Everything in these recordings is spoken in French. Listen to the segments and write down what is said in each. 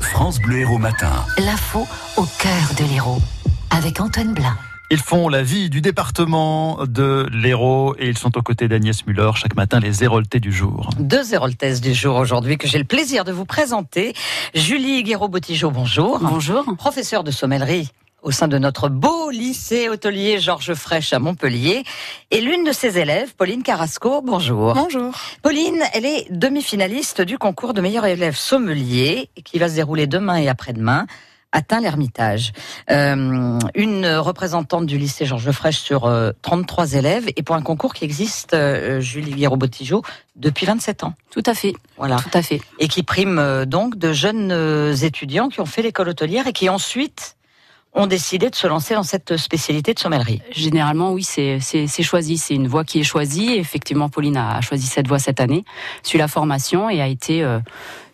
France Bleu Héros Matin. L'info au cœur de l'héros, avec Antoine Blin. Ils font la vie du département de l'Hérault et ils sont aux côtés d'Agnès Muller chaque matin les héroltés du jour. Deux héroltaises du jour aujourd'hui que j'ai le plaisir de vous présenter. Julie Guéraud-Botigeau, bonjour. Bonjour. Professeure de sommellerie au sein de notre beau lycée hôtelier Georges Fraîche à Montpellier. Et l'une de ses élèves, Pauline Carrasco, bonjour. Bonjour. Pauline, elle est demi-finaliste du concours de meilleur élève sommelier qui va se dérouler demain et après-demain atteint l'Ermitage. Euh, une représentante du lycée Georges Fraîche sur euh, 33 élèves et pour un concours qui existe, euh, Julie Guéraud-Botigeau, depuis 27 ans. Tout à fait. Voilà. Tout à fait. Et qui prime euh, donc de jeunes euh, étudiants qui ont fait l'école hôtelière et qui ensuite ont décidé de se lancer dans cette spécialité de sommellerie. Généralement, oui, c'est c'est- c'est choisi. C'est une voie qui est choisie. Et effectivement, Pauline a a choisi cette voie cette année, suit la formation et a été, euh,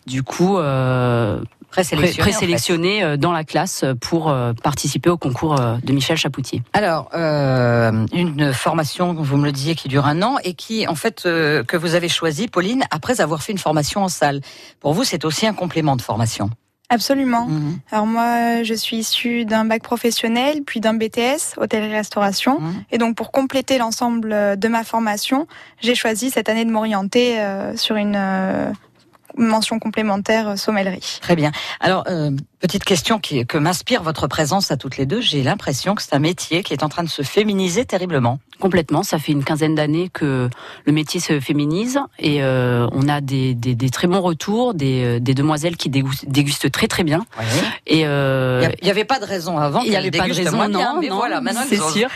du coup, euh, pré- Présélectionnée. en fait. présélectionnée euh, dans la classe pour euh, participer au concours euh, de Michel Chapoutier. Alors, euh, une formation, vous me le disiez, qui dure un an et qui, en fait, euh, que vous avez choisie, Pauline, après avoir fait une formation en salle. Pour vous, c'est aussi un complément de formation. Mm. Absolument. Alors moi, je suis issue d'un bac professionnel, puis d'un BTS, hôtellerie-restauration. Mhm. Et donc pour compléter l'ensemble euh, de ma formation, j'ai choisi cette année de m'orienter euh, sur une euh, mention complémentaire euh, sommellerie. Très bien. Alors, euh, petite question qui, que m'inspire votre présence à toutes les deux. J'ai l'impression que c'est un métier qui est en train de se féminiser terriblement. Complètement, ça fait une quinzaine d'années que le métier se féminise et euh, on a des, des- des très bons retours, des, euh, des demoiselles qui dégustent, dégustent très très bien. Et Il euh, y a- il n'y avait pas de raison avant. Il n'y avait qu'elles pas de dégustent raison, moins non, bien, mais non, voilà, maintenant c'est elles osent. sûr.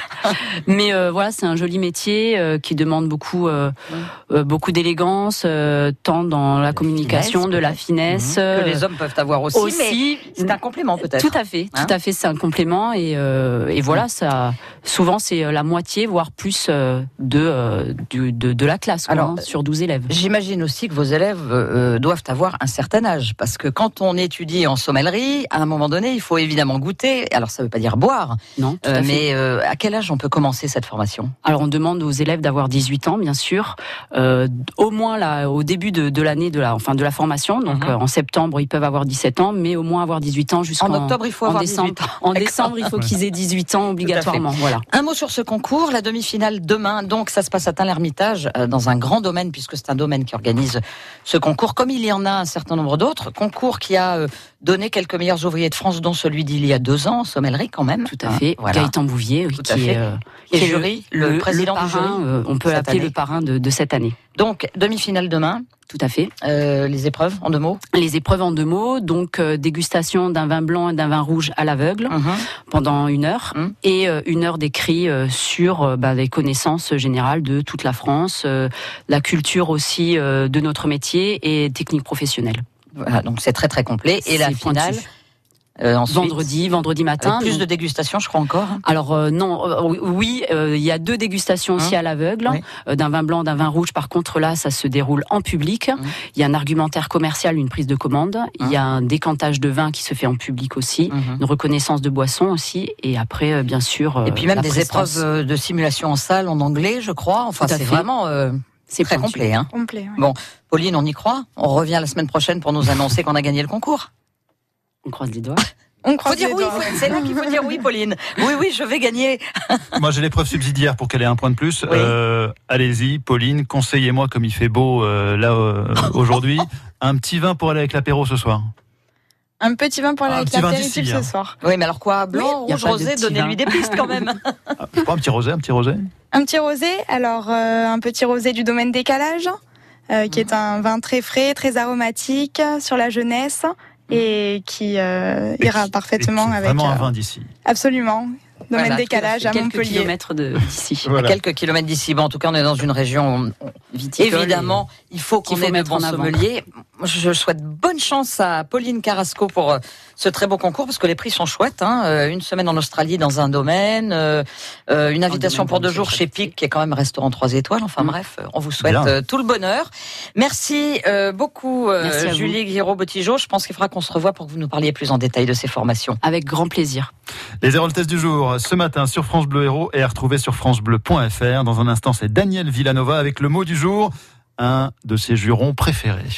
mais euh, voilà, c'est un joli métier euh, qui demande beaucoup, euh, euh, beaucoup d'élégance, euh, tant dans la communication, finesse, de la peut-être. Mhm. finesse, Que les euh, hommes peuvent avoir aussi, mais aussi. c'est un complément peut-être. Tout à fait, Hein tout à fait, c'est un complément et, euh, et voilà, ça. Souvent, c'est euh, la moitié, voire plus euh, de, euh, du- de de la classe, quoi, Alors, euh, hein, sur 12 élèves. J'imagine aussi que vos élèves euh, euh, doivent avoir un certain âge, parce que quand on étudie en sommellerie, à un moment donné, il faut évidemment goûter. Alors ça ne veut pas dire boire, Non, tout euh, à fait. mais euh, à quel âge on peut commencer cette formation Alors on demande aux élèves d'avoir 18 ans, bien sûr, euh, au moins là, au début de, de l'année de la, enfin de la formation. Donc Mhm. euh, en septembre ils peuvent avoir 17 ans, mais au moins avoir 18 ans jusqu'en En octobre, il faut en avoir décembre. 18 ans. En décembre, il faut qu'ils aient 18 ans obligatoirement. Voilà. Un mot sur ce concours, la demi-finale demain, donc ça se passe à Tain-l'Hermitage, euh, dans un grand domaine, puisque c'est un domaine qui organise ce concours, comme il y en a un certain nombre d'autres. Concours qui a euh, donné quelques meilleurs ouvriers de France, dont celui d'il y a deux ans, en sommellerie quand même. Tout à Hein, fait. Voilà. Ah, Gaëtan Bouvier, oui, Tout à qui fait. est, euh, Et qui est jury, le, président parrain, du jury. euh, on peut cette appeler année. le parrain de, de cette année. Donc, demi-finale demain, Tout à fait. euh, les épreuves en deux mots. Les épreuves en deux mots, donc euh, dégustation d'un vin blanc et d'un vin rouge à l'aveugle. Mhm. pendant une heure Hum. et euh, une heure d'écrit euh, sur euh, bah, les connaissances générales de toute la France, euh, la culture aussi euh, de notre métier et technique professionnelle. Voilà, donc c'est très très complet. Et la C'est pointu. finale, euh, ensuite, vendredi, vendredi avec matin. plus donc- de dégustation, je crois encore. hein. alors euh, non, euh, oui, euh, il y a deux dégustations aussi Hein à l'aveugle, Oui. euh, d'un vin blanc, d'un vin rouge. Par contre, là, ça se déroule en public. Hum. Il y a un argumentaire commercial, une prise de commande. Hein Il y a un décantage de vin qui se fait en public aussi, Hum. une reconnaissance de boisson aussi, et après, euh, bien sûr, euh, Et puis même la des prestance. épreuves euh, de simulation en salle, en anglais, je crois. Enfin, Tout à c'est fait. vraiment euh, C'est très pointu. complet. hein. Complet. oui. Pauline, on y croit On revient la semaine prochaine pour nous annoncer qu'on a gagné le concours. On croise les doigts. On Faut croise dire les oui, doigts. faut- c'est là qu'il faut dire oui, Pauline. Oui, oui, je vais gagner. Moi j'ai l'épreuve subsidiaire pour qu'elle ait un point de plus. Euh, Allez-y, Pauline, conseillez-moi comme il fait beau euh, là euh, aujourd'hui. Un petit vin pour aller avec l'apéro ce soir. Un petit vin pour Un la- petit vin l'apéritif d'ici, hein. ce soir. Oui, mais alors quoi Blanc, Oui, y a rouge, pas de rosé, petit donnez-lui vin. des pistes quand même. Ah, Pas un petit rosé, un petit rosé. Un petit rosé, alors euh, un petit rosé du domaine décalage, euh, qui Mm. est un vin très frais, très aromatique sur la jeunesse et qui euh, Mm. Et ira qui- parfaitement et qui est avec. Vraiment euh, un vin d'ici. Absolument. Domaine Voilà, décalage tout à à fait. quelques Montpellier. kilomètres de- d'ici. À quelques kilomètres d'ici, bon, en tout cas, on est dans une région Viticole Évidemment, il faut qu'on qu'il faut ait de mettre bons en avant. sommeliers. Je souhaite bonne chance à Pauline Carrasco pour euh, ce très beau concours parce que les prix sont chouettes. hein. Euh, Une semaine en Australie dans un domaine, euh, euh, une invitation domaine pour dans deux le jours chef chez pâtissier. Pic qui est quand même restaurant trois étoiles. Enfin Mm. bref, euh, on vous souhaite Bien. euh, tout le bonheur. Merci euh, beaucoup euh, Merci à vous. Julie Guiraud-Botigeau. Je pense qu'il faudra qu'on se revoie pour que vous nous parliez plus en détail de ces formations. et Avec grand plaisir. Les Héroltesses du jour, ce matin sur France Bleu Héros et à retrouver sur FranceBleu.fr. Dans un instant, c'est Daniel Villanova avec le mot du jour, un de ses jurons préférés.